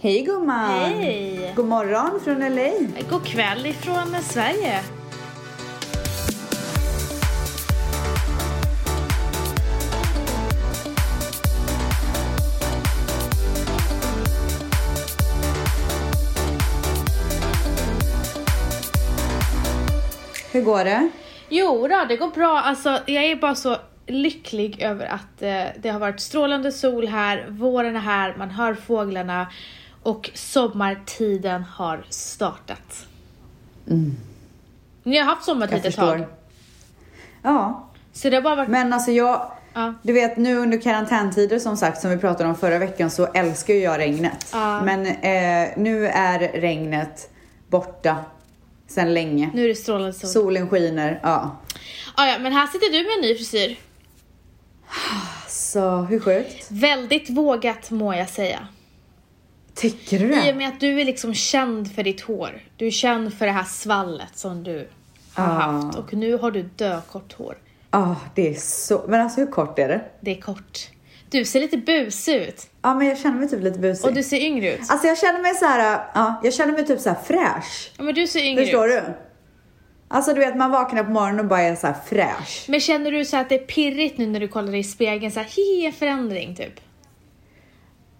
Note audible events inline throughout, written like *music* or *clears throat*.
Hej gumman! Hej! God morgon från LA! God kväll ifrån Sverige. Hur går det? Jo då, det går bra. Alltså, jag är bara så lycklig över att eh, det har varit strålande sol här, våren är här, man hör fåglarna och sommartiden har startat. Mm. Ni har haft sommartid Jag ett förstår. tag. Ja, Så det har bara varit... men alltså jag... Ja. Du vet nu under karantäntider som sagt som vi pratade om förra veckan så älskar ju jag regnet. Ja. Men eh, nu är regnet borta sedan länge. Nu är det strålande sol. Solen skiner, ja. Ah, ja, men här sitter du med en ny frisyr. Alltså hur sjukt? Väldigt vågat må jag säga. Tycker du I och det? med att du är liksom känd för ditt hår. Du är känd för det här svallet som du har Ah. haft. Och nu har du dökort hår. Ja, det är så... Men alltså hur kort är det? Det är kort. Du ser lite busig ut. Ja, men jag känner mig typ lite busig. Och du ser yngre ut. Alltså jag känner mig så här, ja, jag känner mig typ så här fräsch. Ja, men du ser yngre Förstår ut. du? Alltså du vet man vaknar på morgonen och bara är så här fräsch. Men känner du så att det är pirrigt nu när du kollar dig i spegeln? Så här, hi, en förändring typ.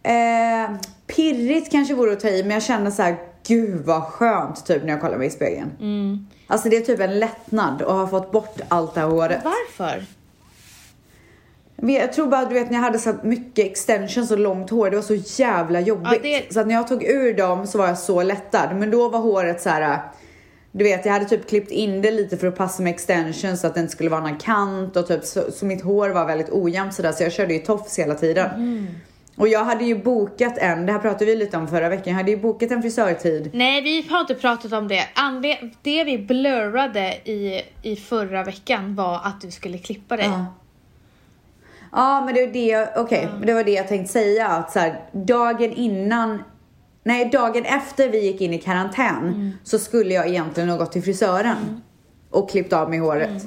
Eh, pirrigt kanske vore att ta i men jag känner så här, gud vad skönt typ när jag kollar mig i spegeln. Alltså det är typ en lättnad att ha fått bort allt det här håret. Varför? Men jag tror bara du vet när jag hade så här mycket extensions och långt hår, det var så jävla jobbigt. Ja, det- Så att när jag tog ur dem så var jag så lättad. Men då var håret så här. Du vet jag hade typ klippt in det lite för att passa med extensions så att det inte skulle vara någon kant och typ så, så mitt hår var väldigt ojämnt sådär så jag körde ju tofs hela tiden. Mm. Och jag hade ju bokat en, det här pratade vi lite om förra veckan, jag hade ju bokat en frisörtid. Nej, vi har inte pratat om det. Anle- det vi blurrade i, i förra veckan var att du skulle klippa dig. Ja. Ja men det var det, jag- okej, men det var det jag tänkte säga att så här, dagen innan, nej dagen efter vi gick in i karantän Mm. så skulle jag egentligen ha gått till frisören och klippt av mig håret. Mm.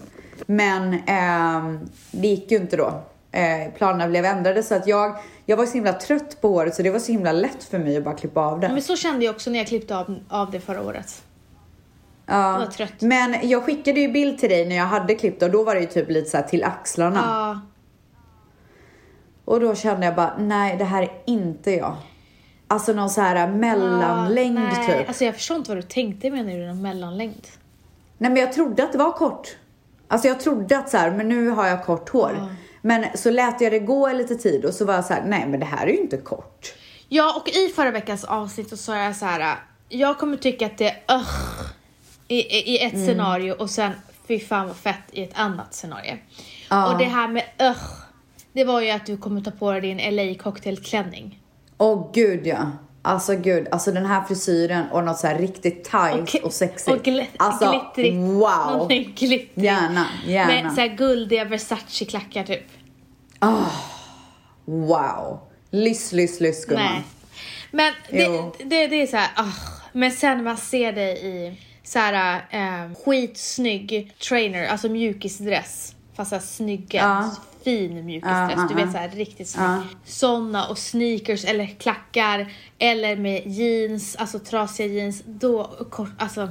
Men ehm, det gick ju inte då. Eh, planerna blev ändrade så att jag, jag var så himla trött på håret så det var så himla lätt för mig att bara klippa av det. Men så kände jag också när jag klippte av, av det förra året. Jag var trött. Men jag skickade ju bild till dig när jag hade klippt och då var det ju typ lite så här till axlarna. Ja. Och då kände jag bara, nej det här är inte jag. Alltså någon så här mellanlängd nej. typ. Alltså jag förstår inte vad du tänkte med när du någon mellanlängd. Nej men jag trodde att det var kort. Alltså jag trodde att så här, men nu har jag kort hår. Men så lät jag det gå lite tid och så var jag så här, nej men det här är ju inte kort. Ja, och i förra veckans avsnitt så sa jag så här. Jag kommer tycka att det är ugh, i, i- i ett Mm. scenario och sen fy fan vad fett i ett annat scenario. Ja. Och det här med ugh, det var ju att du kommer ta på dig din LA cocktailklänning. Åh gud ja. Alltså gud, alltså den här frisyren och något så här riktigt tight och, sexigt. Och gl- alltså glittrigt. wow. *laughs* Någonting glittrigt. Gärna, gärna. Med så här guldiga Versace-klackar typ. Wow. Lyss, lyss, lyss gumman. Nej. Men det, Jo. det, det är så här, ah. men sen man ser dig i så här eh, skitsnygg trainer, alltså mjukisdress. Fast såhär snygga, Ja. fin mjukisdress. Ja, du ja, vet ja. såhär riktigt snygg. Ja. Såna och sneakers eller klackar eller med jeans, alltså trasiga jeans. Då kort, alltså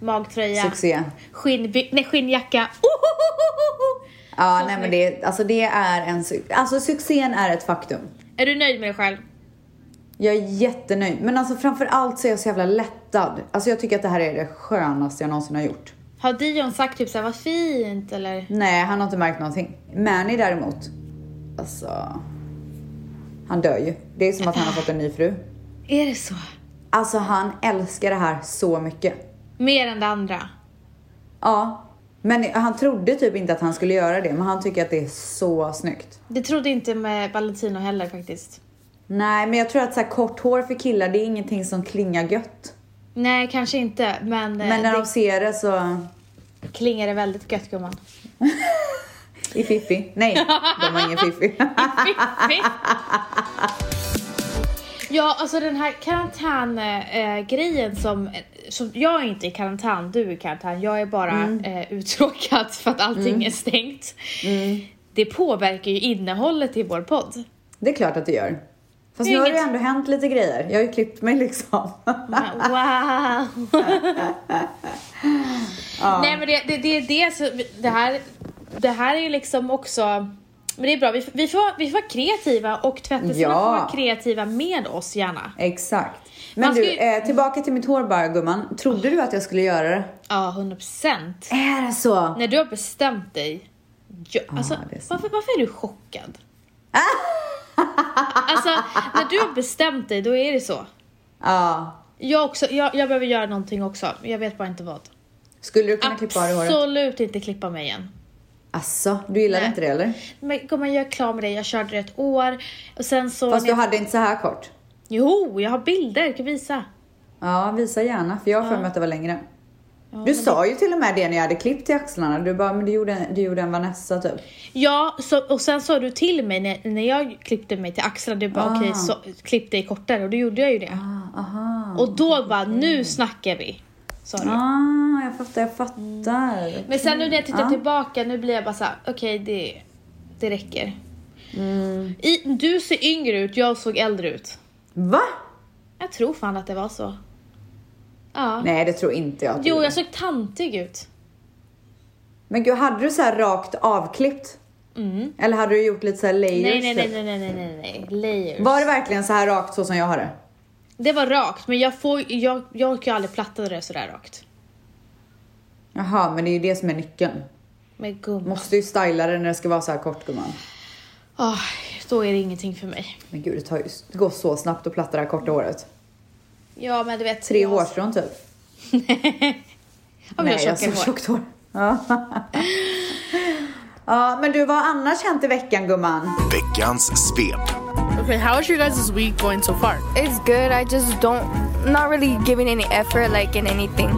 magtröja. Succé. Skinnby- nej, skinnjacka. Ohohohoho! Ja, Så nej men snyggt. det, alltså det är en, suc- alltså succén är ett faktum. Är du nöjd med dig själv? Jag är jättenöjd, men alltså framförallt så är jag så jävla lättad. Alltså jag tycker att det här är det skönaste jag någonsin har gjort. Har Dion sagt typ såhär, vad fint eller? Nej, han har inte märkt någonting. Manny däremot, alltså, han dör ju. Det är som att han har fått en ny fru. Är det så? Alltså han älskar det här så mycket. Mer än det andra? Ja, men han trodde typ inte att han skulle göra det, men han tycker att det är så snyggt. Det trodde inte med Valentino heller faktiskt. Nej, men jag tror att så här kort hår för killar, det är ingenting som klingar gött. Nej, kanske inte, men, eh, Men när det de ser det så... klingade väldigt gött gumman. I Fiffi? Nej, de har ingen Fiffi. ja, alltså den här karantängrejen eh, grejen som, som... Jag är inte i karantän, du är i karantän. Jag är bara Mm. eh, uttråkad för att allting är Mm. stängt. Det påverkar ju innehållet i vår podd. Det är klart att det gör. Fast Det nu är har det inget- ju ändå hänt lite grejer. Jag har ju klippt mig liksom. *laughs* ah, Wow! *laughs* Nej men det, det, det är det som, det här, det här är ju liksom också, men det är bra, vi, vi, får, vara- vi får vara kreativa och tvättisarna Ja. får vara kreativa med oss gärna. Exakt. Men Man ska du, ju- eh, tillbaka till mitt hår bara gumman. Trodde du att jag skulle göra det? Ja, 100%. Är det så? När du har bestämt dig, ja, alltså, det är sant. varför, varför är *laughs* du chockad? alltså, när du har bestämt dig, då är det så. Ja. Jag, också, jag, jag behöver göra någonting också, men jag vet bara inte vad. Skulle du kunna klippa av dig håret? Absolut inte klippa mig igen. Alltså, du gillade Nej. inte det eller? Men gumman, jag är klar med det. Jag körde det ett år och sen så... Fast när- du hade inte så här kort. Jo, jag har bilder, jag kan visa. Ja, visa gärna. För jag har för mig att det var längre. Du sa ju till och med det när jag hade klippt i axlarna. Du bara, men du gjorde, du gjorde en Vanessa typ. Ja, så, och sen sa du till mig när, när jag klippte mig till axlarna, du bara Ah. okej, så klipp dig kortare och då gjorde jag ju det. Ah, aha. och då bara, nu snackar vi. Sa du. Ah, jag fattar, jag fattar. Men sen nu när jag tittar Ja. tillbaka, nu blir jag bara såhär, okej det, det räcker. Mm. I, du ser yngre ut, jag såg äldre ut. Va? Jag tror fan att det var så. Ja. Nej, det tror inte jag. att du Jo, gjorde. jag såg tantig ut. Men gud, hade du så här rakt avklippt? Mm. Eller hade du gjort lite så här layers? Nej, nej, typ? nej, nej, nej, nej, nej, nej. Layers. Var det verkligen så här rakt så som jag har det? Det var rakt, men jag får jag, jag orkar ju aldrig platta det sådär rakt. Jaha, men det är ju det som är nyckeln. Men gumman. Måste ju styla det när det ska vara så här kort gumman. Ah, då är det ingenting för mig. Men gud, det, tar ju, det går så snabbt att platta det här korta håret. Ja, men du vet. Tre *laughs* jag... hårstrån typ. Ja, men jag Nej, har jag har så tjockare hår. tjockt hår. Ja. *laughs* ja, men du, vad har annars hänt i veckan gumman? Veckans svep. Okay, how is your guys' week going so far? It's good. I just don't, not really giving any effort, like in anything.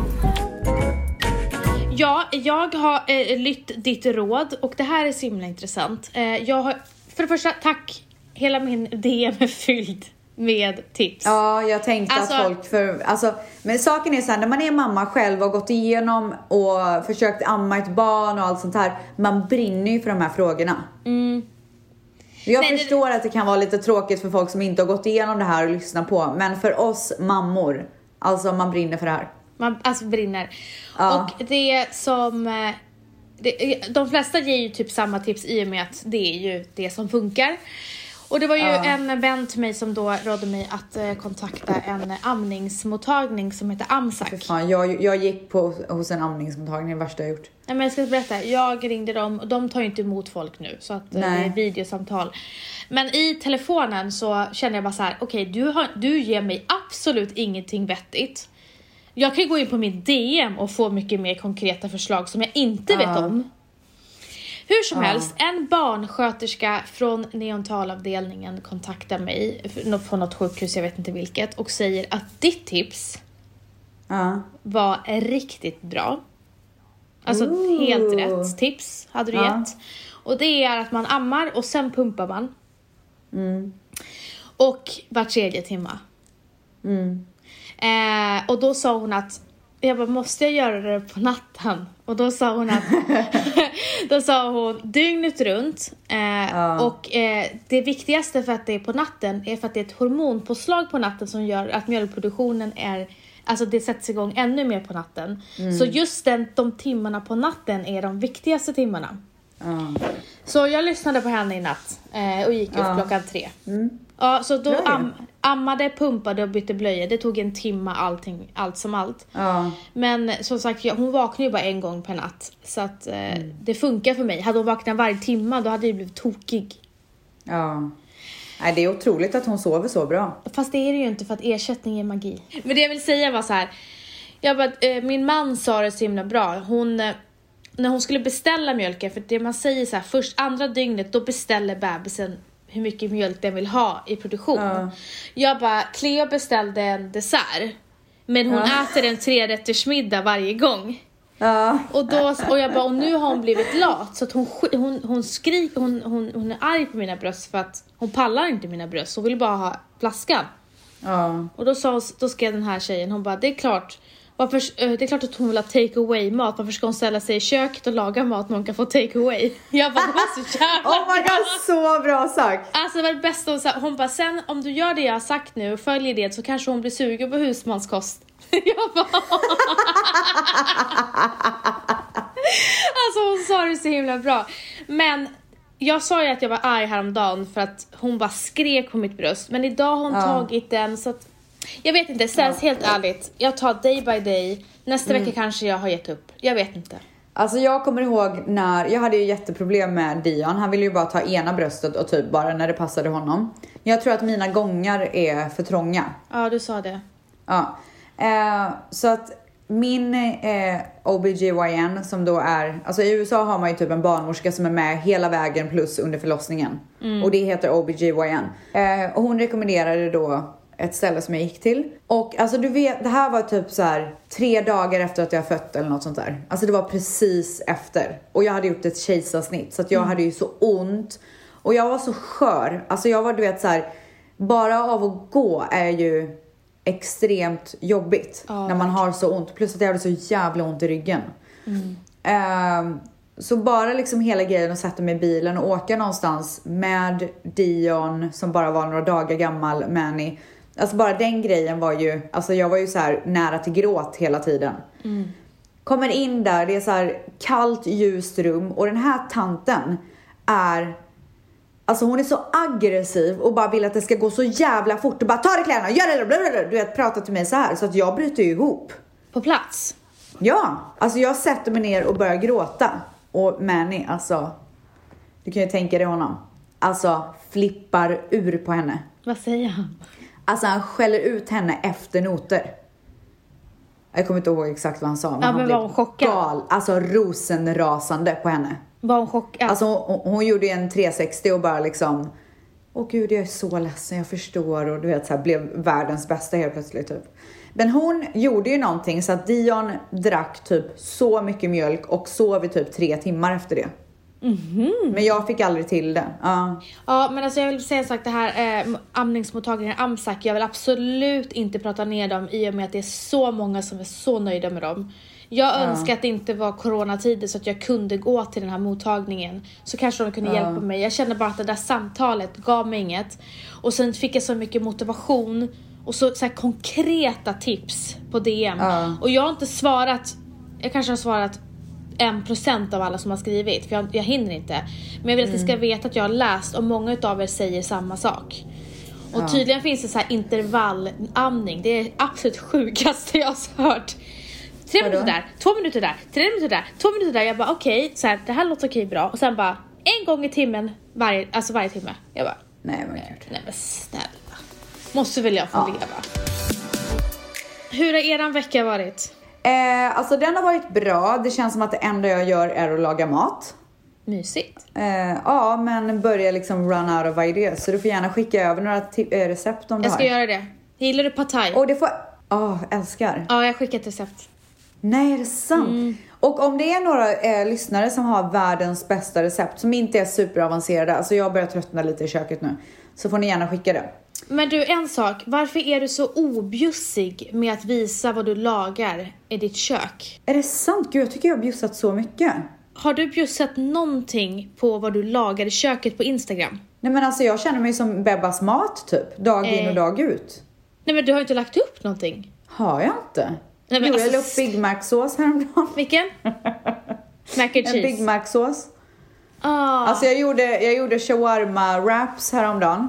Ja, jag har eh, lytt ditt råd och det här är så himla intressant. Eh, jag har, för det första, tack. Hela min DM är fylld med tips. Ja, jag tänkte att Alltså- folk för... Alltså, men saken är så här, när man är mamma själv och har gått igenom och försökt amma ett barn och allt sånt här. Man brinner ju för de här frågorna. Jag Mm. Nej, det- förstår att det kan vara lite tråkigt för folk som inte har gått igenom det här och lyssna på. Men för oss mammor, alltså man brinner för det här. Man alltså brinner. Ja. Och det som... eh, Det, eh, de flesta ger ju typ samma tips i och med att det är ju det som funkar. Och det var ju en vän till mig som då rådde mig att eh, kontakta en amningsmottagning som heter AMSAC. Fan, jag, jag gick på, hos en amningsmottagning, det är det värsta jag gjort. Nej, men jag ska berätta, jag ringde dem och de tar ju inte emot folk nu så att eh, Nej. det är videosamtal. Men i telefonen så kände jag bara så här: okej du, har- du ger mig absolut ingenting vettigt. Jag kan ju gå in på min DM och få mycket mer konkreta förslag som jag inte vet om. Hur som helst, en barnsköterska från neonatalavdelningen kontaktar mig f- från något sjukhus, jag vet inte vilket, och säger att ditt tips Ja. var riktigt bra. Alltså Ooh. helt rätt tips hade du Ja. gett. Och det är att man ammar och sen pumpar man. Mm. Och var tredje timma. Mm. Eh, och då sa hon att jag bara, måste jag göra det på natten? Och då sa hon att då sa hon dygnet runt eh, och eh, det viktigaste för att det är på natten är för att det är ett hormonpåslag på natten som gör att mjölkproduktionen är Alltså det sätts igång ännu mer på natten. Mm. Så just den, de timmarna på natten är de viktigaste timmarna. Ja. Så jag lyssnade på henne i natt eh, och gick upp klockan tre. Ja, så då Mm. Bra ju. am, ammade, pumpade och bytte blöjor. Det tog en timme allting, allt som allt. Ja. Men som sagt, jag, hon vaknar ju bara en gång per natt. Så att eh, det funkar för mig. Hade hon vaknat varje timme då hade jag blivit tokig. Ja. Nej, det är otroligt att hon sover så bra. Fast det är det ju inte för att ersättning är magi. Men det jag vill säga var så här. Jag bara, eh, min man sa det så himla bra. Hon, eh, när hon skulle beställa mjölken, för det man säger så här, först andra dygnet då beställer bebisen hur mycket mjölk den vill ha i produktion. Jag bara, Cleo beställde en dessert. Men hon äter en trerättersmiddag varje gång. Ja. Och, då, och jag bara, och nu har hon blivit lat så att hon, sk- hon, hon skriker, hon, hon, hon är arg på mina bröst för att hon pallar inte mina bröst, hon vill bara ha flaskan. Ja. Och då, sa, hon- då skrev den här tjejen, hon bara, det är klart, Varför, eh, det är klart att hon vill ha take away mat, varför ska hon ställa sig i köket och laga mat när hon kan få take away? Jag bara, det var så *laughs* jävla Oh my bra. god, så bra sagt! Alltså det var det bästa hon sa. Hon bara, sen om du gör det jag har sagt nu och följer det så kanske hon blir sugen på husmanskost. *laughs* Jag bara... alltså hon sa det så himla bra. Men jag sa ju att jag var arg häromdagen för att hon bara skrek på mitt bröst. Men idag har hon Ja. tagit den så att... Jag vet inte, Stas, helt ärligt. Jag tar day by day. Nästa vecka kanske jag har gett upp. Jag vet inte. Alltså jag kommer ihåg när, jag hade ju jätteproblem med Dion. Han ville ju bara ta ena bröstet och typ bara när det passade honom. Jag tror att mina gångar är för trånga. Ja, du sa det. Ja. Eh, så att min eh, OBGYN som då är, alltså i USA har man ju typ en barnmorska som är med hela vägen plus under förlossningen. Och det heter OBGYN. Eh, och hon rekommenderade då ett ställe som jag gick till. Och alltså du vet, det här var typ så här tre dagar efter att jag fött eller något sånt där. Alltså det var precis efter. Och jag hade gjort ett kejsarsnitt så att jag hade ju så ont. Och jag var så skör. Alltså jag var du vet så här, bara av att gå är ju extremt jobbigt Ja, när man har så ont. Plus att jag hade så jävla ont i ryggen. Ehm, så bara liksom hela grejen att sätta mig i bilen och åka någonstans med Dion som bara var några dagar gammal, Manny. Alltså bara den grejen var ju, alltså jag var ju så här nära till gråt hela tiden. Kommer in där, det är så här kallt, ljust rum och den här tanten är Alltså hon är så aggressiv och bara vill att det ska gå så jävla fort och bara ta dig kläderna, gör det, blablabla. du vet pratar till mig så här så att jag bryter ju ihop. På plats. Ja, alltså jag sätter mig ner och börjar gråta. Och Manny, alltså, du kan ju tänka dig honom. Alltså flippar ur på henne. Vad säger han? Alltså han skäller ut henne efter noter. Jag kommer inte ihåg exakt vad han sa men Ja, han men var blev hon chockad? gal, alltså rosenrasande på henne. Var hon chockad? Alltså hon, hon gjorde ju en 360 och bara liksom Åh gud jag är så ledsen, jag förstår och du vet så här, blev världens bästa helt plötsligt typ. Men hon gjorde ju någonting så att Dion drack typ så mycket mjölk och sov i typ tre timmar efter det. Mhm. Men jag fick aldrig till det. Ja. Ja men alltså jag vill säga en sak, det här eh, amningsmottagningen AMSAC, jag vill absolut inte prata ner dem i och med att det är så många som är så nöjda med dem. Jag önskar att det inte var coronatider så att jag kunde gå till den här mottagningen. Så kanske de kunde hjälpa mig. Jag kände bara att det där samtalet gav mig inget. Och sen fick jag så mycket motivation och så, så här konkreta tips på DM. Ja. Och jag har inte svarat, jag kanske har svarat en procent av alla som har skrivit, för jag, jag hinner inte. Men jag vill att ni ska veta att jag har läst och många utav er säger samma sak. Och tydligen finns det så här intervallamning, det är det absolut sjukaste jag har hört. Tre Vadå? minuter där, två minuter där, tre minuter där, två minuter där. Jag bara okej, så här, det här låter okej bra. Och sen bara en gång i timmen, varje, alltså varje timme. Jag bara, Nej men gud. nej men snälla. Måste väl jag få leva. Hur har eran vecka varit? Eh, alltså den har varit bra, det känns som att det enda jag gör är att laga mat. Mysigt. Eh, ja men börjar liksom run out of ideas så du får gärna skicka över några ti- eh, recept om du Jag ska har. göra det. Gillar du pad thai? Och det får, ah älskar. Ja, jag skickar ett recept. Nej, är det sant? Mm. Och om det är några eh, lyssnare som har världens bästa recept som inte är superavancerade, alltså jag börjar tröttna lite i köket nu, så får ni gärna skicka det. Men du, en sak. Varför är du så objussig med att visa vad du lagar i ditt kök? Är det sant? Gud, jag tycker jag har bjussat så mycket. Har du bjussat någonting på vad du lagar i köket på Instagram? Nej men alltså jag känner mig som Bebbas mat typ, dag in Eh. och dag ut. Nej men du har ju inte lagt upp någonting. Har jag inte? men jo, jag alltså, la upp Big Mac-sås häromdagen. *laughs* Vilken? Mac and En Big cheese. Mac-sås. Ah, Alltså jag gjorde, jag gjorde shawarma-wraps häromdagen.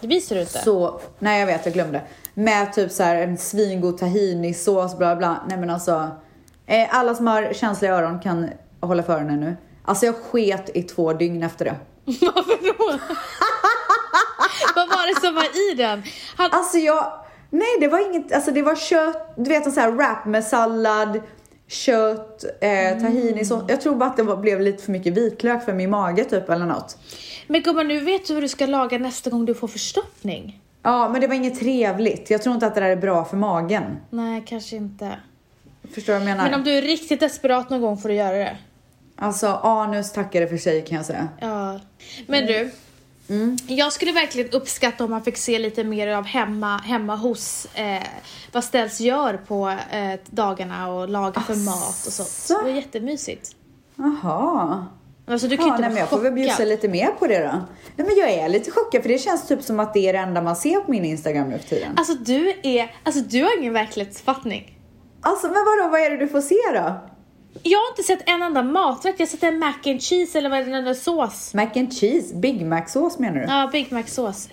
det visar du inte. *laughs* Så, nej jag vet jag glömde. Med typ så här en svingod tahinisås bla bla. Nej men alltså. Eh, alla som har känsliga öron kan hålla för öronen nu. Alltså jag sket i två dygn efter det. Varför då? *laughs* vad var det som var i den? Han, Alltså jag, nej det var inget, alltså det var kött, du vet en sån här wrap med sallad, kött, Mm. eh, tahinisås. Jag tror bara att det var, blev lite för mycket vitlök för min mage typ eller något. men gumman, nu vet du hur du ska laga nästa gång du får förstoppning. Ja men det var inget trevligt. Jag tror inte att det där är bra för magen. Nej, kanske inte. Förstår du vad jag menar? Men om du är riktigt desperat någon gång får du göra det. Alltså anus tackade för sig kan jag säga. Ja. Men du, Mm. Jag skulle verkligen uppskatta om man fick se lite mer av hemma, hemma hos eh, vad Ställs gör på eh, dagarna och lagar för mat och sånt. Det var jättemysigt. Jaha. Alltså du kan ju Ja, nej, inte vara men jag får väl bjussa chockad. lite mer på det då. Nej, men jag är lite chockad för det känns typ som att det är det enda man ser på min Instagram nu för tiden. Alltså du är, alltså du har ingen verklighetsuppfattning. Alltså men vadå, vad är det du får se då? Jag har inte sett en enda maträtt, jag har sett en mac and cheese eller vad är det, den där sås? Mac and cheese, Big Mac-sås menar du? Ja, Big Mac-sås.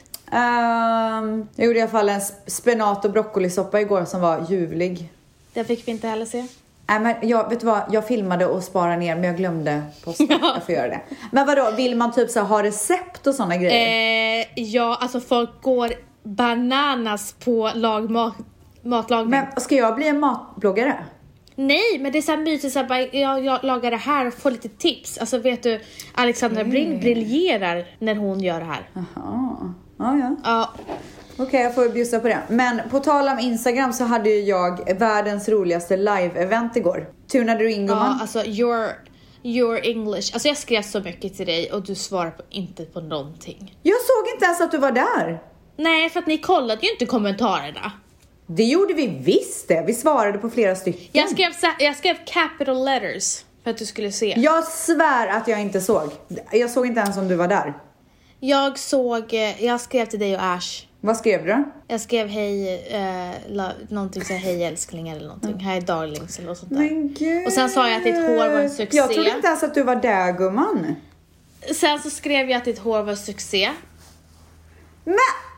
Ehm, jag gjorde i alla fall en sp- spenat och broccolisoppa igår som var ljuvlig. Den fick vi inte heller se. Nej men jag, vet du vad, jag filmade och sparade ner men jag glömde posta. *laughs* Jag får göra det. Men vadå, vill man typ så här, ha recept och sådana grejer? Eh, ja, alltså folk går bananas på lagmat, matlagning. Men ska jag bli en matbloggare? Nej, men det är så här mysigt så här, bara, jag, jag lagar det här och får lite tips. Alltså vet du, Alexandra Bring briljerar när hon gör det här. Jaha, ja ja. Ja, Okej, jag får bjussa på det. Men på tal om Instagram så hade ju jag världens roligaste live-event igår. Tunade du in gumman? ja alltså your, your English. Alltså jag skrev så mycket till dig och du svarar på, inte på någonting. Jag såg inte ens att du var där. Nej, för att ni kollade ju inte kommentarerna. Det gjorde vi visst det. Vi svarade på flera stycken. Jag skrev, så här- jag skrev capital letters för att du skulle se. Jag svär att jag inte såg. Jag såg inte ens om du var där. Jag såg, eh, jag skrev till dig och Ash. Vad skrev du då? Jag skrev hej, eh, la, någonting så här, hej älskling eller någonting. Hej darlings eller något sånt där. Mm. Men gud. Och sen sa jag att ditt hår var en succé. Jag trodde inte ens att du var där gumman. Sen så skrev jag att ditt hår var succé. Men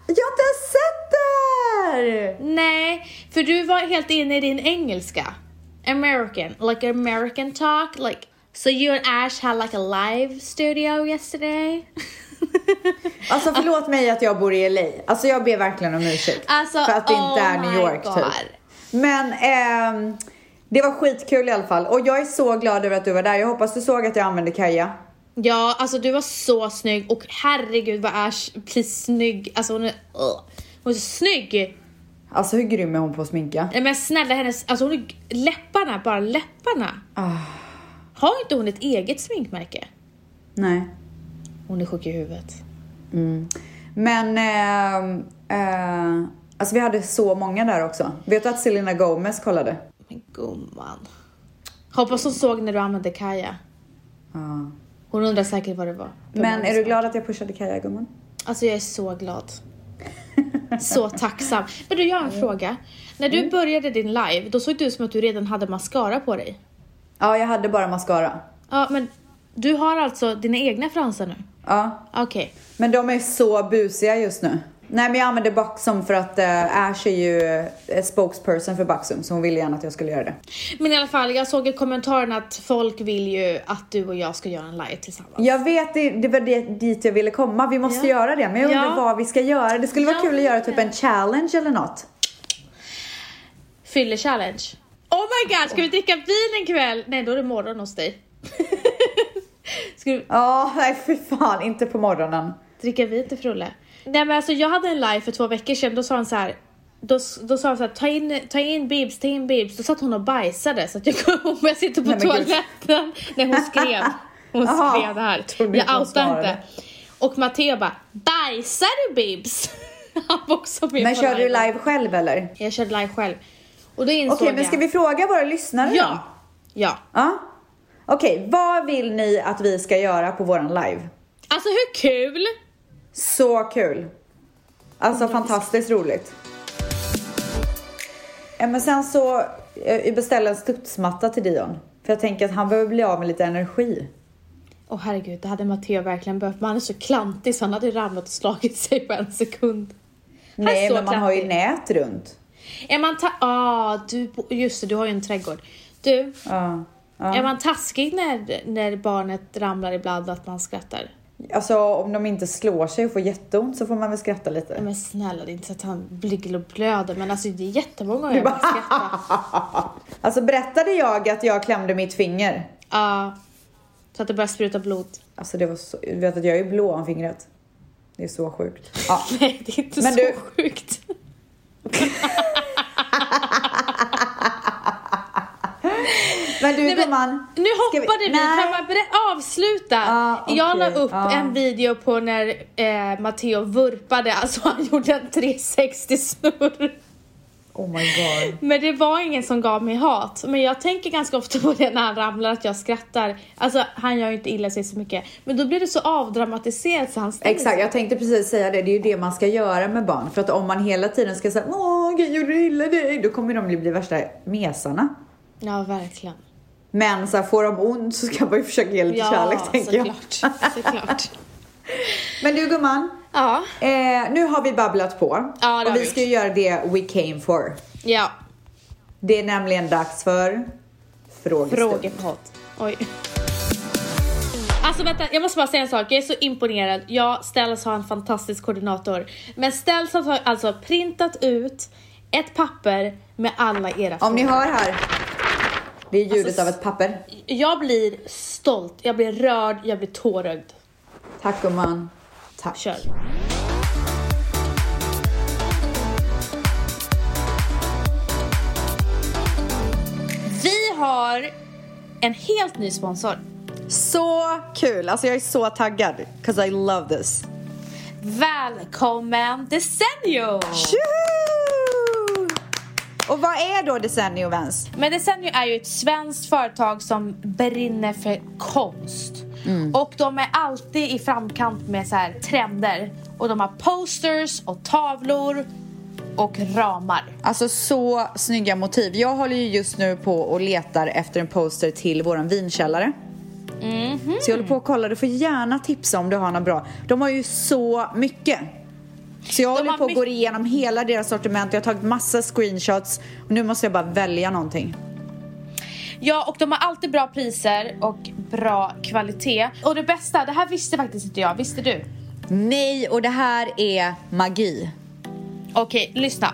jag har inte ens sett det! Nej, för du var helt inne i din engelska. American, like American talk, like So you and Ash had like a live studio yesterday. *laughs* Alltså förlåt mig att jag bor i LA. Alltså jag ber verkligen om ursäkt. Alltså, för att det inte oh är New my York God. typ. Men ehm, det var skitkul i alla fall. Och jag är så glad över att du var där. Jag hoppas du såg att jag använde Kaja. ja, alltså du var så snygg och herregud vad Ash blir snygg. Alltså hon är, ugh. hon är så snygg. Alltså hur grym är hon på att sminka? Nej men snälla hennes, alltså hon är, läpparna, bara läpparna. Har inte hon ett eget sminkmärke? Nej. Hon är sjuk i huvudet. Men ehm, eh, alltså vi hade så många där också. Vet du att Selena Gomez kollade? Men gumman. Hoppas hon såg när du använde Kaja. Ja. Hon undrar säkert vad det var. Men är du glad att jag pushade Kaja gumman? Alltså jag är så glad. *laughs* Så tacksam. Men du, jag har en fråga. När du började din live, då såg du ut som att du redan hade mascara på dig. Ja, jag hade bara mascara. Ja, men du har alltså dina egna fransar nu? Ja. Okej. Men de är så busiga just nu. Nej men jag använder Baxum för att eh, Ash är ju eh, spokesperson för Baxum så hon ville gärna att jag skulle göra det. Men i alla fall, jag såg i kommentarerna att folk vill ju att du och jag ska göra en live tillsammans. Jag vet, det, det var det, dit jag ville komma. Vi måste Ja. göra det. Men jag undrar Ja. vad vi ska göra. Det skulle vara Ja, kul att göra typ en challenge eller något. Fyller challenge. Oh my god, ska vi dricka vin en kväll? Nej, då är det morgon *laughs* hos dig. ska du Ja, *laughs* nej för fan. Inte på morgonen. dricka vin till Frulle? Nej men alltså jag hade en live för två veckor sedan, då sa han så här. Då, då sa han så här, ta in, ta in bibs, ta in bibs. Då satt hon och bajsade så att jag kom ihåg jag sitter på Nej, men gud. toaletten. Nej hon skrev. Hon Jaha. skrev det här. Trodde inte Jag hon outar svarade. inte. Och Matteo bara, bajsar du bibs? *laughs* Han var också med Men på kör du liven. live själv eller? Okej, Jag körde live själv. Och då insåg men ska jag. vi fråga våra lyssnare då? Ja! Ja. Ja. Okej, vad vill ni att vi ska göra på våran live? Alltså hur kul? Så kul! Alltså fantastiskt roligt. Ja, Men sen så eh, beställde jag en studsmatta till Dion. För jag tänker att han behöver bli av med lite energi. Åh herregud, det hade Matteo verkligen behövt. Men han är så klantig så han hade ramlat och slagit sig på en sekund. Han är Nej så men man har ju klantig. nät runt. Är man ta- ah, du, bo- just det, du har ju en trädgård. Du, Ja. är man taskig när, när barnet ramlar ibland att man skrattar? Alltså om de inte slår sig och får jätteont så får man väl skratta lite. Men snälla, det är inte så att han blir och blöder men alltså det är jättemånga gånger man skrattar. Ja. Alltså berättade jag att jag klämde mitt finger? så att det börjar spruta blod. *laughs* Alltså det var så, du vet att jag är blå om fingret. Det är så sjukt. Ja. Nej, det är inte Men så du- sjukt. Men du Nej, men gumman. Nu ska hoppade vi, Nej. kan man berä- avsluta? Ja, okej, Ah. Jag la upp ja. en video på när eh, Matteo vurpade, alltså han *laughs* gjorde en 360 snurr. Oh my god. Men det var ingen som gav mig hat. Men jag tänker ganska ofta på det när han ramlar, att jag skrattar. Alltså han gör ju inte illa sig så mycket. Men då blir det så avdramatiserat så han ställer sig. Exakt, jag tänkte precis säga det. Det är ju det man ska göra med barn. För att om man hela tiden ska säga åh, gud, gjorde du illa dig? Då kommer de bli, bli värsta mesarna. Ja, verkligen. Men så här, får de ont så ska man ju försöka ge lite kärlek, tänker jag. såklart. Såklart. *laughs* Men du gumman, Ja. eh, nu har vi babblat på. Ja, det har och vi vi ska ju gjort. göra det we came for. Ja. Det är nämligen dags för frågestund. Frågepodd. Oj. Alltså vänta, jag måste bara säga en sak. Jag är så imponerad. Jag, Stells har en fantastisk koordinator. Men Stells har alltså printat ut ett papper med alla era Om ni frågor. hör här, det är ljudet Alltså, av ett papper. Jag blir stolt, jag blir rörd, jag blir tårögd. Tack gumman. Tack. Kör. Vi har en helt ny sponsor. Så kul! Alltså jag är så taggad. 'Cause I love this. Välkommen Desenio! Tjoho! Och vad är då Desenio Vens? Men Desenio är ju ett svenskt företag som brinner för konst. Och de är alltid i framkant med så här trender. Och de har posters och tavlor och ramar. Alltså så snygga motiv. Jag håller ju just nu på och letar efter en poster till våran vinkällare. Så jag håller på och kollar. Du får gärna tipsa om du har något bra. De har ju så mycket. Så jag håller har på och my- går igenom hela deras sortiment. Jag har tagit massa screenshots. Och nu måste jag bara välja någonting. Ja, och de har alltid bra priser och bra kvalitet. Och det bästa, det här visste faktiskt inte jag. Visste du? Nej, och det här är magi. Okej, lyssna.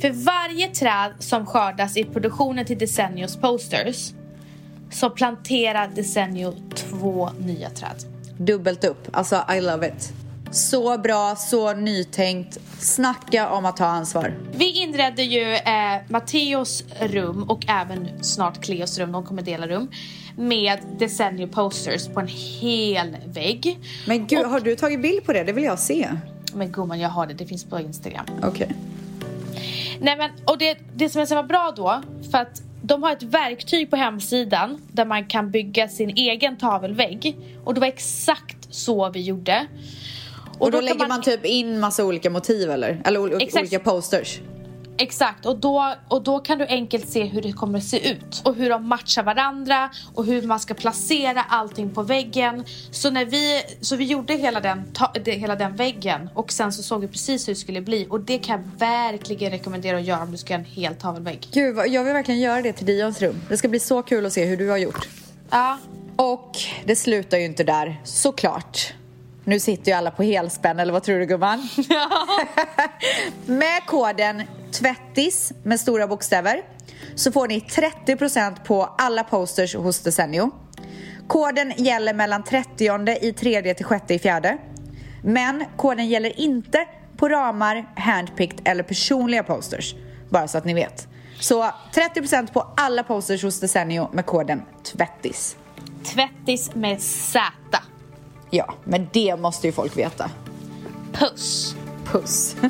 För varje träd som skördas i produktionen till Desennios posters så planterar Desennio två nya träd. Dubbelt upp. Alltså, I love it. Så bra, så nytänkt. Snacka om att ta ansvar. Vi inredde ju eh, Matteos rum och även snart Cleos rum, de kommer dela rum, med Desennio posters på en hel vägg. Men gud, har du tagit bild på det? Det vill jag se. Men gumman, jag har det, det finns på Instagram. Okej. Nej men, och det, det som jag säger var bra då, för att de har ett verktyg på hemsidan där man kan bygga sin egen tavelvägg. Och det var exakt så vi gjorde. Och då, kan lägger man... typ in massa olika motiv eller? Eller ol- Exakt. olika posters? Exakt, och då, och då kan du enkelt se hur det kommer att se ut. Och hur de matchar varandra och hur man ska placera allting på väggen. Så, när vi, så vi gjorde hela den, ta, det, hela den väggen och sen så såg vi precis hur det skulle bli. Och det kan jag verkligen rekommendera att göra om du ska göra en hel tavelvägg. Gud, vad- jag vill verkligen göra det till Dions rum. Det ska bli så kul att se hur du har gjort. Ja, Och det slutar ju inte där, såklart. Nu sitter ju alla på helspänn, eller vad tror du gumman? *laughs* med koden TVÄTTIS med stora bokstäver så får ni 30% på alla posters hos Desenio. Koden gäller mellan 30 i tredje till sjätte i fjärde. Men koden gäller inte på ramar, handpicked eller personliga posters. Bara så att ni vet. Så 30% på alla posters hos Desenio med koden TVÄTTIS. Tvättis med Z. Ja, men det måste ju folk veta. Puss! Puss. *laughs*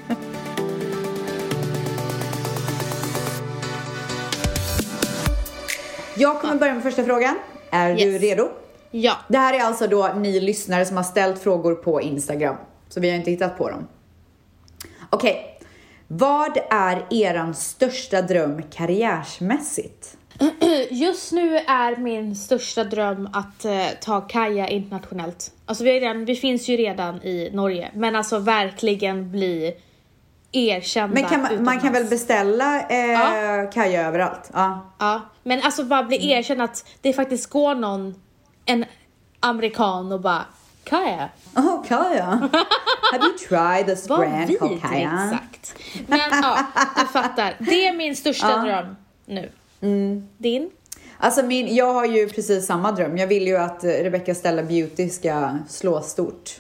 Jag kommer börja med första frågan. Är du Yes. redo? Ja. Det här är alltså då ni lyssnare som har ställt frågor på Instagram. Så vi har inte hittat på dem. Okej. Vad är eran största dröm karriärsmässigt? Just nu är min största dröm att eh, ta Kaja internationellt. Alltså vi, är redan, vi finns ju redan i Norge, men alltså verkligen bli erkända Men kan man, man kan utomlands. väl beställa eh, Ja. Kaja överallt? Ja. Ja, men alltså bara bli erkänd att det faktiskt går någon, en amerikan och bara Kaja, Oh, Kaja. Have you tried this vad brand vidrigt called Kaja? sagt. Men ja, du fattar. Det är min största dröm nu. Din? Alltså min, jag har ju precis samma dröm. Jag vill ju att eh, Rebecca Stella Beauty ska slå stort.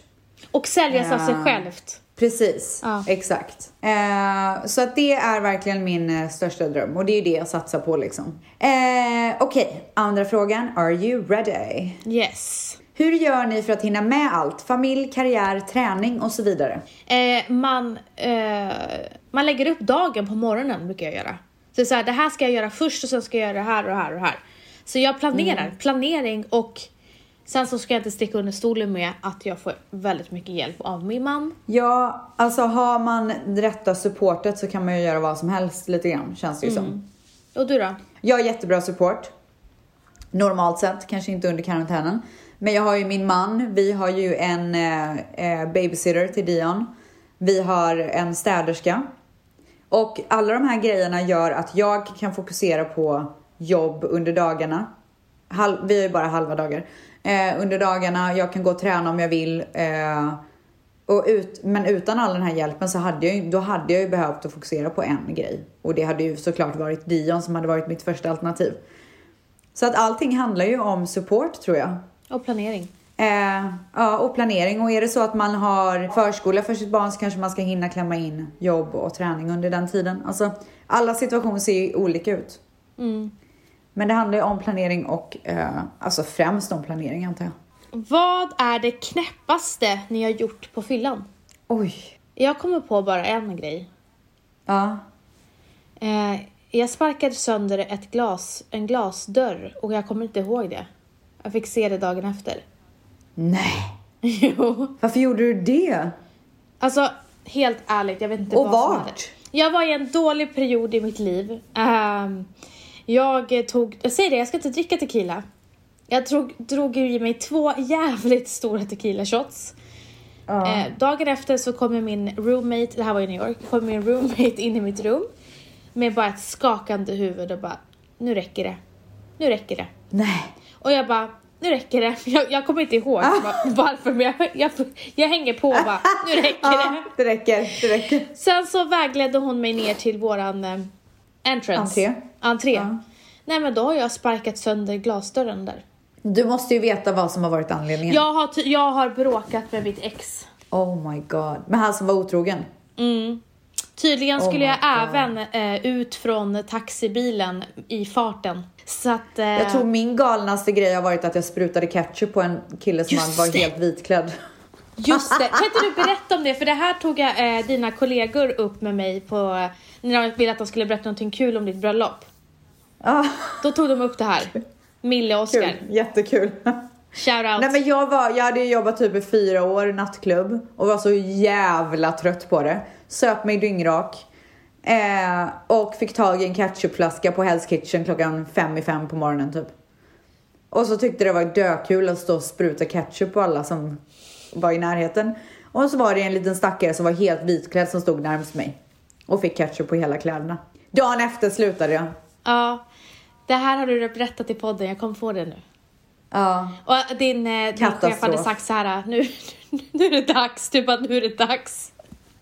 Och sälja sig Ja. självt. Precis, Ja. exakt. Eh, så att det är verkligen min eh, största dröm och det är ju det jag satsar på liksom. Eh, Okej, andra frågan. Are you ready? Yes. Hur gör ni för att hinna med allt? Familj, karriär, träning och så vidare. Eh, man, eh, man lägger upp dagen på morgonen brukar jag göra. Så det, är så här, det här ska jag göra först och sen ska jag göra det här och det här och det här. Så jag planerar. Planering och sen så ska jag inte sticka under stolen med att jag får väldigt mycket hjälp av min man. Ja, alltså har man det rätta supportet så kan man ju göra vad som helst lite grann känns det ju som. Och du då? Jag har jättebra support. Normalt sett, kanske inte under karantänen. Men jag har ju min man, vi har ju en eh, eh, babysitter till Dion. Vi har en städerska. Och alla de här grejerna gör att jag kan fokusera på jobb under dagarna. Halv, vi är ju bara halva dagar. Eh, under dagarna, jag kan gå och träna om jag vill. Eh, och ut, men utan all den här hjälpen så hade jag, ju- då hade jag ju behövt att fokusera på en grej. Och det hade ju såklart varit Dion som hade varit mitt första alternativ. Så att allting handlar ju om support tror jag. Och planering. Eh, ja, och planering. Och är det så att man har förskola för sitt barn så kanske man ska hinna klämma in jobb och träning under den tiden. Alltså, alla situationer ser ju olika ut. Mm. Men det handlar ju om planering och, eh, alltså främst om planering antar jag. Vad är det knäppaste ni har gjort på fyllan? Oj. Jag kommer på bara en grej. Ja. Eh, jag sparkade sönder ett glas, en glasdörr och jag kommer inte ihåg det. Jag fick se det dagen efter. *laughs* Nej. Jo. Varför gjorde du det? Alltså, helt ärligt, jag vet inte Och vad som vart? hände. Jag var i en dålig period i mitt liv. Ehm, jag eh, tog, jag säger det, jag ska inte dricka tequila. Jag drog, drog i mig två jävligt stora tequila shots. Eh, dagen efter så kommer min roommate, det här var i New York, kommer min roommate in i mitt rum med bara ett skakande huvud och bara, nu räcker det. Nu räcker det. Nej. Och jag bara, nu räcker det. *laughs* Jag, jag kommer inte ihåg Ah. va- varför, men jag, jag, jag hänger på och bara, nu räcker det. *laughs* Ja, det räcker. Det räcker. Sen så vägledde hon mig ner till våran eh, entrance. Entré. Entré. Nej men då har jag sparkat sönder glasdörren där. Du måste ju veta vad som har varit anledningen. Jag har, ty- jag har bråkat med mitt ex. Oh my god. Men han som var otrogen. Tydligen Oh skulle my jag även eh, ut från taxibilen i farten. Så att... eh, Jag tror min galnaste grej har varit att jag sprutade ketchup på en kille som Just var det. helt vitklädd. *laughs* Just det, kan inte du berätta om det? För det här tog jag, eh, dina kollegor upp med mig på, eh, när de ville att de skulle berätta någonting kul om ditt bröllop. Ah, Då tog de upp det här. Mille och Oscar. kul. Jättekul. Shoutout. Nej men jag, var, jag hade ju jobbat typ i fyra år i nattklubb och var så jävla trött på det. Söp mig dyngrak. Eh, och fick tag i en ketchupflaska på Hell's Kitchen klockan fem i fem på morgonen typ. Och så tyckte det var dökul att stå och spruta ketchup på alla som var i närheten. Och så var det en liten stackare som var helt vitklädd som stod närmst mig. Och fick ketchup på hela kläderna. Dagen efter slutade jag. Ja, det här har du berättat i podden, jag kom på det nu. Ja. Och din, eh, din chef Katastrof. hade sagt så här, nu, *laughs* nu är det dags, du bara nu är det dags.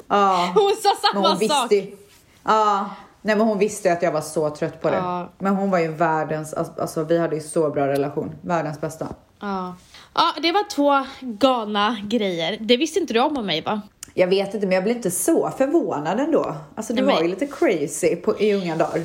Ja. Hon sa Men samma hon sak. visste ju, ja, nej men hon visste ju att jag var så trött på det. Ja. Men hon var ju världens, alltså vi hade ju så bra relation. Världens bästa. Ja. ja, det var två galna grejer. Det visste inte du om om mig va? Jag vet inte men jag blev inte så förvånad ändå. Alltså det Nej, men- var ju lite crazy på, i unga dagar.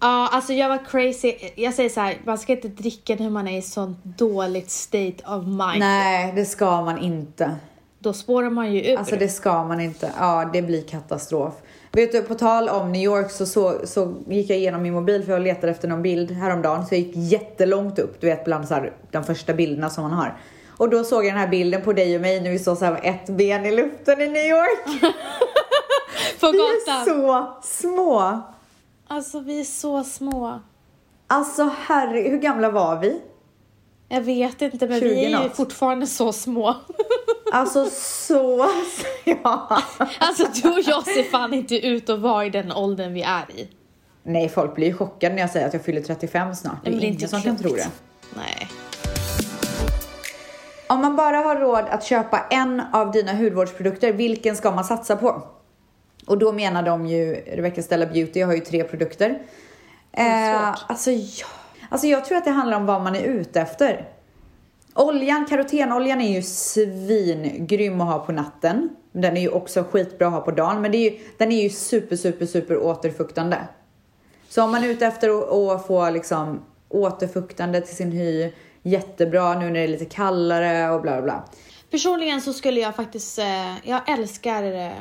Ja, alltså jag var crazy. Jag säger så här, man ska inte dricka när man är i sånt dåligt state of mind. Nej det ska man inte. Då spårar man ju ur. Alltså det ska man inte. Ja, det blir katastrof. Vet du, på tal om New York så, så, så gick jag igenom min mobil för jag letade efter någon bild häromdagen. Så jag gick jättelångt upp, du vet bland så här, de första bilderna som man har. Och då såg jag den här bilden på dig och mig när vi står så här med ett ben i luften i New York. På Vi är gatan. så små. Alltså vi är så små. Alltså herre, hur gamla var vi? Jag vet inte men vi 20 är ju något. fortfarande så små. Alltså så, *laughs* ja. Alltså du och jag ser fan inte ut att vara i den åldern vi är i. Nej, folk blir ju chockade när jag säger att jag fyller 35 snart. Det är men det är ingen inte som kan klokt. tro det. Nej. Om man bara har råd att köpa en av dina hudvårdsprodukter, vilken ska man satsa på? Och då menar de ju Rebecca Stella Beauty, jag har ju tre produkter. Eh, alltså, ja, alltså jag tror att det handlar om vad man är ute efter. Oljan, karotenoljan är ju svingrym att ha på natten. Men Den är ju också skitbra att ha på dagen, men det är ju, den är ju super, super, super återfuktande. Så om man är ute efter att- att få liksom återfuktande till sin hy, jättebra nu när det är lite kallare och bla bla bla. Personligen så skulle jag faktiskt, eh, jag älskar eh,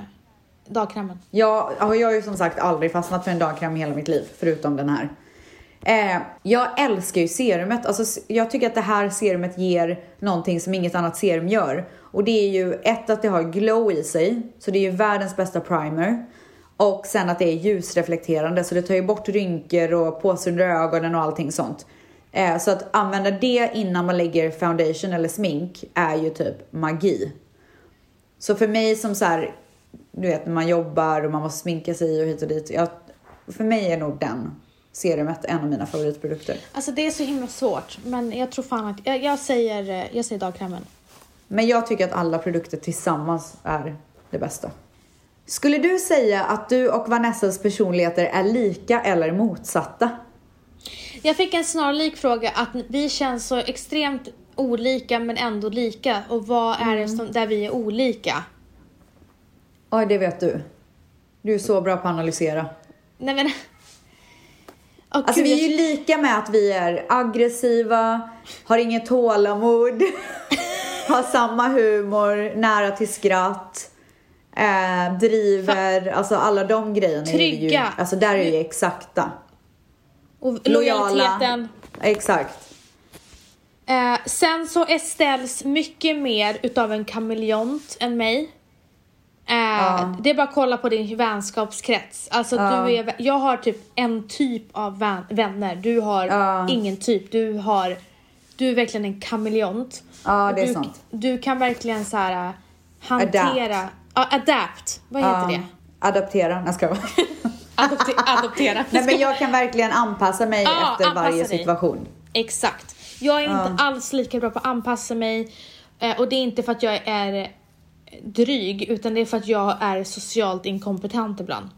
dagkrämen. Jag, ja, jag har ju som sagt aldrig fastnat för en dagkräm i hela mitt liv, förutom den här. Eh, jag älskar ju serumet. Alltså, s- jag tycker att det här serumet ger någonting som inget annat serum gör. Och det är ju ett att det har glow i sig, så det är ju världens bästa primer. Och sen att det är ljusreflekterande, så det tar ju bort rynkor och påsar under ögonen och allting sånt. Eh, så att använda det innan man lägger foundation eller smink är ju typ magi. Så för mig som så här, du vet när man jobbar och man måste sminka sig och hit och dit. Jag, för mig är nog den serumet en av mina favoritprodukter. Alltså det är så himla svårt, men jag tror fan att, jag, jag säger, eh, jag säger dagkrämen. Men jag tycker att alla produkter tillsammans är det bästa. Skulle du säga att du och Vanessas personligheter är lika eller motsatta? Jag fick en snarlik fråga att vi känns så extremt olika men ändå lika och vad är Mm. det som, där vi är olika? Ja, det vet du. Du är så bra på att analysera. Nej men... Åh, Alltså gud, vi är jag- ju lika med att vi är aggressiva, har inget *laughs* tålamod, har samma humor, nära till skratt, eh, driver, alltså alla de grejerna är ju, Trygga. alltså där är ju exakta. och Lojala. lojaliteten. Exakt. Eh, sen så är Ställs mycket mer utav en kameleont än mig. Eh, Det är bara att kolla på din vänskapskrets. Alltså, du är, jag har typ en typ av vän, vänner. Du har Ja. ingen typ. Du, har, du är verkligen en kameleont. Ja, Och det är du, sant. Du kan verkligen så här, eh, hantera... Adapt. adapt. Vad heter Ja. det? Adaptera, jag *laughs* ska Adopte, adoptera. *laughs* Nej men jag kan verkligen anpassa mig Ja, efter varje anpassa dig. situation. Exakt. Jag är inte alls lika bra på att anpassa mig. eh, Och det är inte för att jag är eh, dryg, utan det är för att jag är socialt inkompetent ibland.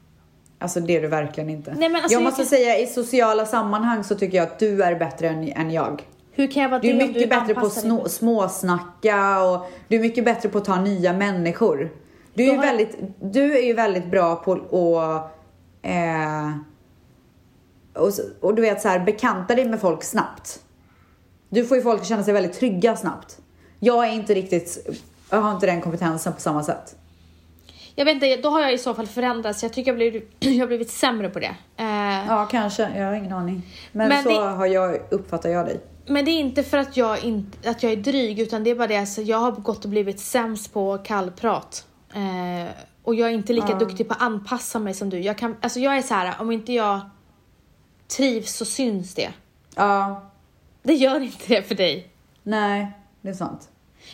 Alltså det är du verkligen inte. Nej, men alltså, jag jag måste kan- säga i sociala sammanhang så tycker jag att du är bättre än, än jag. Hur kan jag vara Du är det om mycket bättre på att anpassar dig? snå, småsnacka och du är mycket bättre på att ta nya människor. Du är, ju har jag- väldigt, du är ju väldigt bra på att... Eh, och, så- och du vet så här, bekanta dig med folk snabbt. Du får ju folk att känna sig väldigt trygga snabbt. Jag är inte riktigt... Jag har inte den kompetensen på samma sätt. Jag vet inte, då har jag i så fall förändrats. Jag tycker jag, blir, *clears throat* jag har blivit sämre på det. Eh, Ja, kanske. Jag har ingen aning. Men, Men så det- har jag, uppfattar jag dig. Men det är inte för att jag, inte, att jag är dryg, utan det är bara det att jag har gått och blivit sämst på kallprat. Eh, och jag är inte lika duktig på att anpassa mig som du. Jag, kan, alltså jag är så här, om inte jag trivs så syns det. Ja, Det gör inte det för dig. nej, det är sant.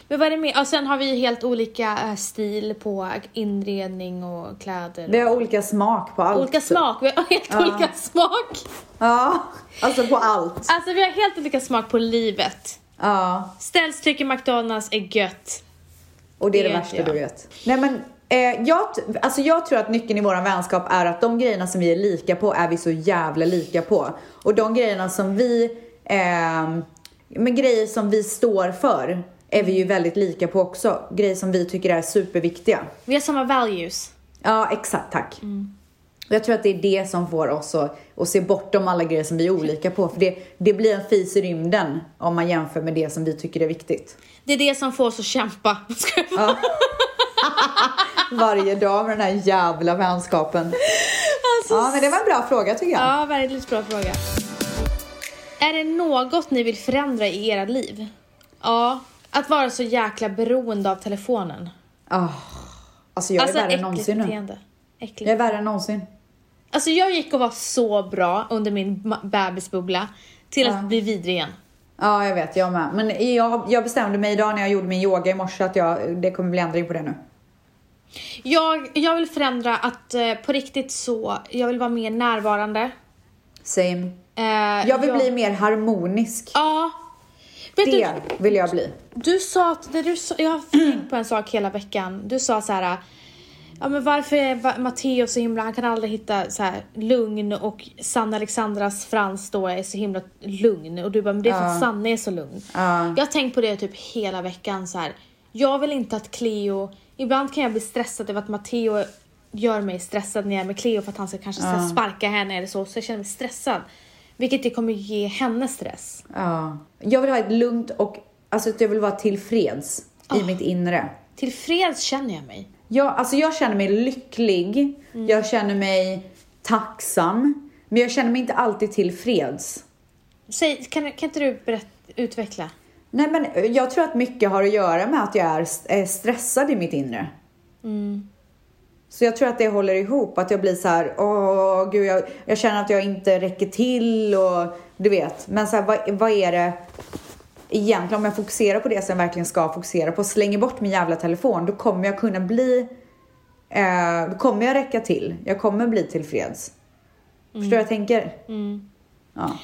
Men vad är det mer? Ja, sen har vi helt olika eh, stil på inredning och kläder. Vi har olika smak på allt. olika typ. smak. Vi har helt olika smak. Ja, *laughs* alltså på allt. Alltså vi har helt olika smak på livet. Ja, Ställs tycker McDonalds är gött. och det är det, Det vet värsta jag. du vet. Nej men, eh, jag, t- alltså jag tror att nyckeln i våran vänskap är att de grejerna som vi är lika på är vi så jävla lika på. Och de grejerna som vi, ehm, men grejer som vi står för är vi ju väldigt lika på också. Grejer som vi tycker är superviktiga. Vi har samma values. Ja, exakt, tack. Och Jag tror att det är det som får oss att, att se bortom alla grejer som vi är olika på. För det, det blir en fis i rymden om man jämför med det som vi tycker är viktigt. Det är det som får oss att kämpa. *laughs* Ska jag Ja. Varje dag med den här jävla vänskapen. Alltså, Ja, men det var en bra fråga tycker jag. ja, väldigt bra fråga. Är det något ni vill förändra i era liv? Ja, att vara så jäkla beroende av telefonen. Ah. Alltså jag är alltså värre än någonsin nu. beteende. Äckligt. Jag är värre än någonsin. Alltså jag gick och var så bra under min ma- bebisbubbla till att bli vidrig igen. Ja, jag vet, jag med. Men jag, jag bestämde mig idag när jag gjorde min yoga i morse att jag, det kommer bli ändring på det nu. Jag, jag vill förändra att eh, på riktigt så, jag vill vara mer närvarande. Same. Eh, Jag vill bli mer harmonisk. Ja. Vet Det du, vill jag bli. Du sa att, när du sa, jag har tänkt på en sak hela veckan. Du sa så här, ja men varför är Va- Matteo så himla, han kan aldrig hitta så här lugn och Sanna Alexandras Frans då är så himla lugn. Och du bara, men det är för att Sanna är så lugn. Ja. Jag har tänkt på det typ hela veckan så här. jag vill inte att Cleo Ibland kan jag bli stressad över att Matteo gör mig stressad när jag är med Cleo för att han ska kanske ska sparka henne eller så. Så jag känner mig stressad. Vilket det kommer ge henne stress. Ja. Jag vill ha ett lugnt och, alltså att jag vill vara tillfreds i Ah. mitt inre. Tillfreds känner jag mig. Jag, alltså jag känner mig lycklig, jag känner mig tacksam, men jag känner mig inte alltid tillfreds. Säg, kan, kan inte du berätt, utveckla? Nej men eh, jag tror att mycket har att göra med att jag är s- är stressad i mitt inre. Så jag tror att det håller ihop, att jag blir så här, åh gud, jag, jag känner att jag inte räcker till och du vet. Men så här, vad, vad är det egentligen, om jag fokuserar på det som jag verkligen ska fokusera på, slänger bort min jävla telefon, då kommer jag kunna bli, eh, då kommer jag räcka till, jag kommer bli tillfreds. Förstår du vad jag tänker? Ja.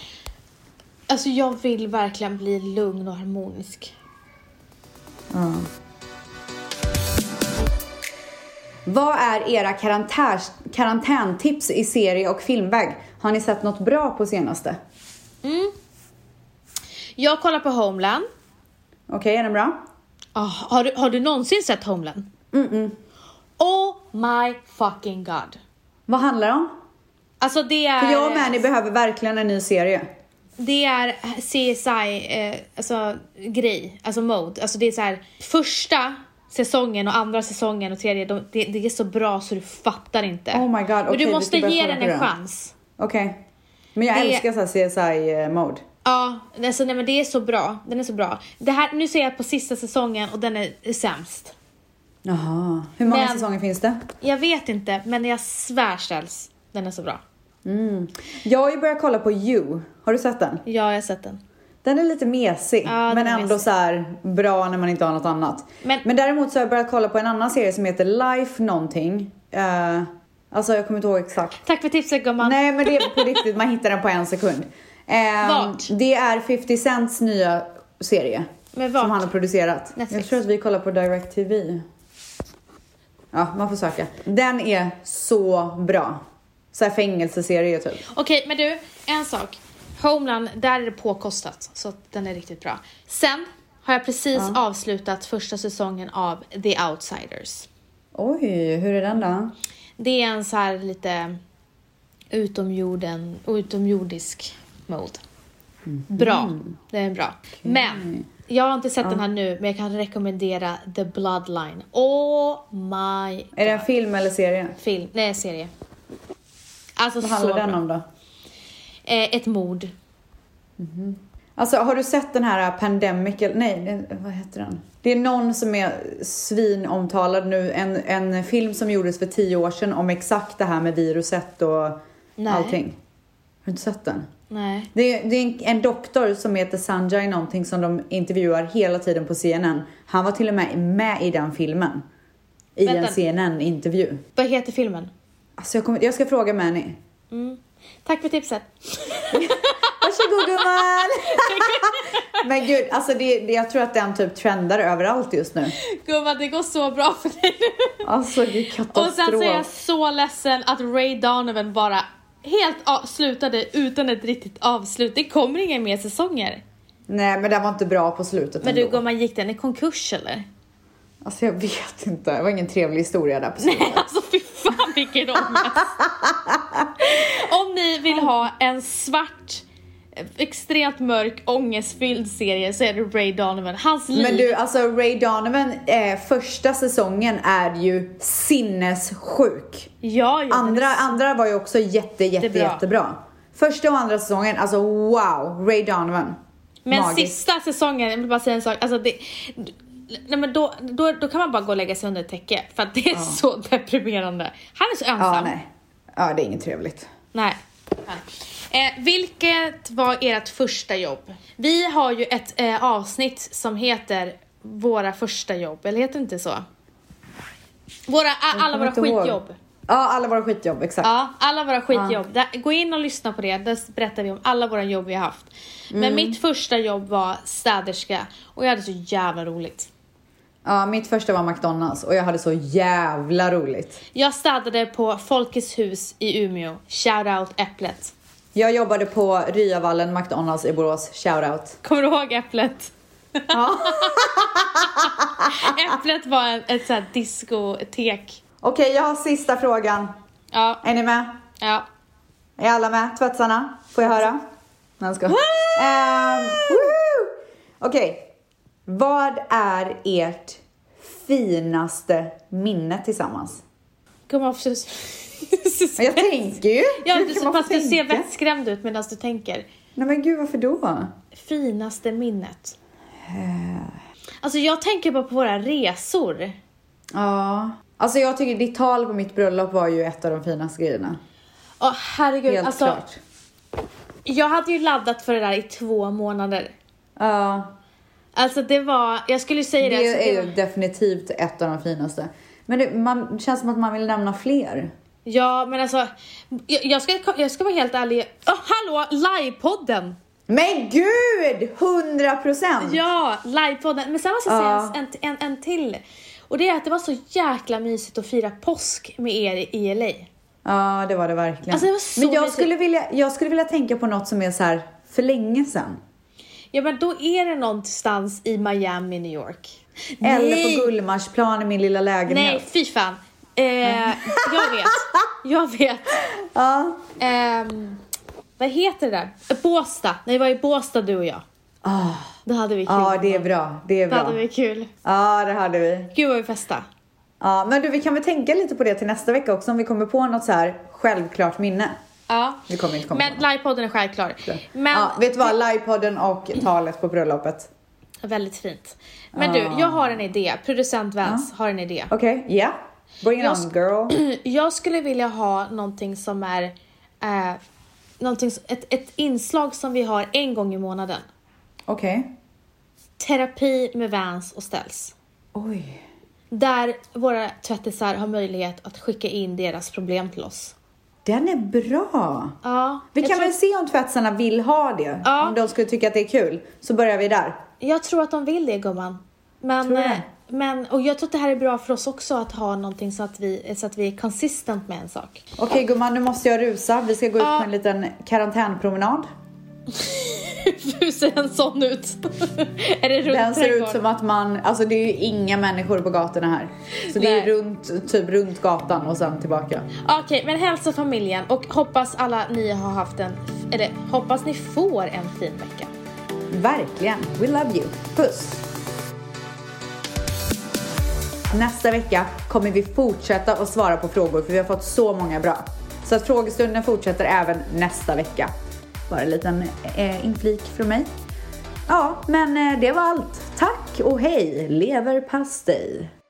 Alltså jag vill verkligen bli lugn och harmonisk. Vad är era karantärs- karantäntips i serie och filmväg? Har ni sett något bra på senaste? Jag kollar på Homeland. Okej, är den bra? Ah, har, du, har du någonsin sett Homeland? Oh my fucking god. Vad handlar det om? Alltså det För är... jag och Mani behöver verkligen en ny serie. Det är CSI, eh, alltså grej, alltså mode. Alltså det är så här första säsongen och andra säsongen och tredje, de, det, det är så bra så du fattar inte. Oh my god, Men okej, du vi måste ska börja ge kolla den på en det. chans. Okej. Men jag Det- älskar så här CSI-mode. Ja, alltså, nej men det är så bra. Den är så bra. Det här, nu ser jag på sista säsongen och den är sämst. Jaha. Hur många Men- säsonger finns det? Jag vet inte, men jag svär ställs. Den är så bra. Jag har ju börjat kolla på You. Har du sett den? Ja, jag har sett den. Den är lite mesig, den men är ändå mesig. så här bra när man inte har något annat. Men, Men- däremot så har jag börjat kolla på en annan serie som heter Life någonting. Eh, alltså jag kommer inte ihåg exakt. Tack för tipset gumman. Nej men det är på riktigt, man hittar den på en sekund. Ehm, Vart? Det är 50 Cents nya serie. Men vart? Som han har producerat. Netflix. Jag tror att vi kollar på Direct TV. Ja, man får söka. Den är så bra. Så här fängelseserie typ. Okej, men du, en sak. Homeland, där är det påkostat, så att den är riktigt bra. Sen har jag precis avslutat första säsongen av The Outsiders. Oj, hur är den då? Det är en så här lite utomjorden, utomjordisk mode. Mhm. Bra, den är bra. Men jag har inte sett den här nu, men jag kan rekommendera The Bloodline. Oh my Är det en film eller serie? film, nej serie. Alltså Vad så handlar den bra. om då? Eh, ett mord. Alltså har du sett den här Pandemic, eller nej, det- vad heter den? Det är någon som är svinomtalad nu, en, en film som gjordes för tio år sedan om exakt det här med viruset och Nej. allting. Har du inte sett den? Nej. Det är, det är en, en doktor som heter Sanjay någonting som de intervjuar hela tiden på CNN. Han var till och med med i den filmen. I Vänta. en CNN-intervju. Vad heter filmen? Alltså jag, kommer, jag ska fråga Mani. Tack för tipset. Varsågod *laughs* gumman! Men gud, alltså det, det, jag tror att den typ trendar överallt just nu. Gumman, det går så bra för dig nu. Alltså det är Och katastrof. sen så är jag så ledsen att Ray Donovan bara helt av- slutade utan ett riktigt avslut. Det kommer inga mer säsonger. Nej men den var inte bra på slutet Men du ändå. gumman, gick den i konkurs eller? Alltså jag vet inte, det var ingen trevlig historia där på slutet. Nej, alltså fy fan vilken *laughs* ångest. Om ni vill ha en svart, extremt mörk, ångestfylld serie så är det Ray Donovan. Hans liv. Men du, alltså Ray Donovan, eh, första säsongen är ju sinnessjuk. ja, ja, Andra, andra var ju också jätte, jätte, Jättebra. jättebra. Första och andra säsongen, alltså wow, Ray Donovan. Men Magiskt. sista säsongen, jag vill bara säga en sak. Alltså det, nej men då, då, då kan man bara gå och lägga sig under ett täcke för att det är så deprimerande. Han är så ensam. Ja, nej. Ja, det är inget trevligt. Nej. Eh, vilket var ert första jobb? Vi har ju ett eh, avsnitt som heter Våra första jobb, eller heter det inte så? Våra, a- alla våra kommer inte ihåg. skitjobb. Ja, alla våra skitjobb, exakt. Ja, alla våra skitjobb. Där, gå in och lyssna på det, där berättar vi om alla våra jobb vi har haft. Mm. Men mitt första jobb var städerska och jag hade så jävla roligt. Ja, mitt första var McDonalds och jag hade så jävla roligt. Jag städade på Folkets hus i Umeå. Shout out Äpplet. Jag jobbade på Ryavallen McDonalds i Borås, shoutout. Kommer du ihåg Äpplet? Ja. *laughs* Äpplet var en, ett sånt här discotek. Okej, jag har sista frågan. Ja, Är ni med? ja. Är alla med? Tvättsarna? Får jag höra? Nej, jag skojar. Ehm, woohoo! Okej. Vad är ert finaste minne tillsammans? Gumman, för... *laughs* Men Jag tänker ju. Ja, Hur du kan så fast du tänka? ser vettskrämd ut medan du tänker. Nej men gud, varför då? Finaste minnet. Eh. Alltså jag tänker bara på våra resor. Ja. Alltså jag tycker ditt tal på mitt bröllop var ju ett av de finaste grejerna. Åh herregud, Helt alltså klart. jag hade ju laddat för det där i två månader. Ja. Alltså det var, jag skulle säga det. alltså, Det det är ju var, definitivt ett av de finaste. Men det man, känns som att man vill nämna fler. ja men alltså, jag, jag, ska, jag ska vara helt ärlig. Åh hallå, livepodden! Men gud! 100 procent! Ja, livepodden. Men sen måste jag Ja. säga en, en, en till. Och det är att det var så jäkla mysigt att fira påsk med er i LA. Ja, det var det verkligen. Alltså, det var så Men jag mysigt. skulle, vilja, jag skulle vilja tänka på något som är så här för länge sedan. Ja men då är det någonstans i Miami, New York. Eller på Gullmarsplan i min lilla lägenhet. Nej, fy fan. Eh, jag vet. Jag vet. Ja. Ehm, vad heter det där? Båsta. När vi var i Båsta du och jag. Ah, Då hade vi kul. ja, det är bra. Det är Då bra. hade vi kul. Ja, det hade vi. Gud vad vi festade. Ja, men du, vi kan väl tänka lite på det till nästa vecka också om vi kommer på något så här självklart minne. Ja. Vi kommer inte komma Men på livepodden är självklar. Men ja, vet du vad? Livepodden och talet på bröllopet. Väldigt fint. Men du, jag har en idé. Producent Vance har en idé. *clears throat* Okej, ja. Bring it Jag on girl. Jag skulle vilja ha någonting som är... Eh, någonting, s- ett, ett inslag som vi har en gång i månaden. Okej. Terapi med Vans och Ställs. Oj. Där våra tvättisar har möjlighet att skicka in deras problem till oss. Den är bra. Ja, Vi jag, kan tror, väl se om tvättarna vill ha det. Ja. Om de skulle tycka att det är kul. Så börjar vi där. jag tror att de vill det gumman. Men, Tror du eh, det? men, och jag tror att det här är bra för oss också att ha någonting så att vi, så att vi är consistent med en sak. Okej gumman, nu måste jag rusa. Vi ska gå ut Ja. på en liten karantänpromenad. Hur ser en sån ut? *laughs* är det runt Den ser ut trädgården? som att man, alltså det är ju inga människor på gatorna här. Så det är Nej. runt, typ runt gatan och sen tillbaka. Okej, men hälsa familjen och hoppas alla ni har haft en, eller hoppas ni får en fin vecka. Verkligen. We love you. Puss! Nästa vecka kommer vi fortsätta att svara på frågor för vi har fått så många bra. Så att frågestunden fortsätter även nästa vecka. Bara en liten eh, inflik från mig. Ja, men eh, det var allt. Tack och hej! Leverpastej!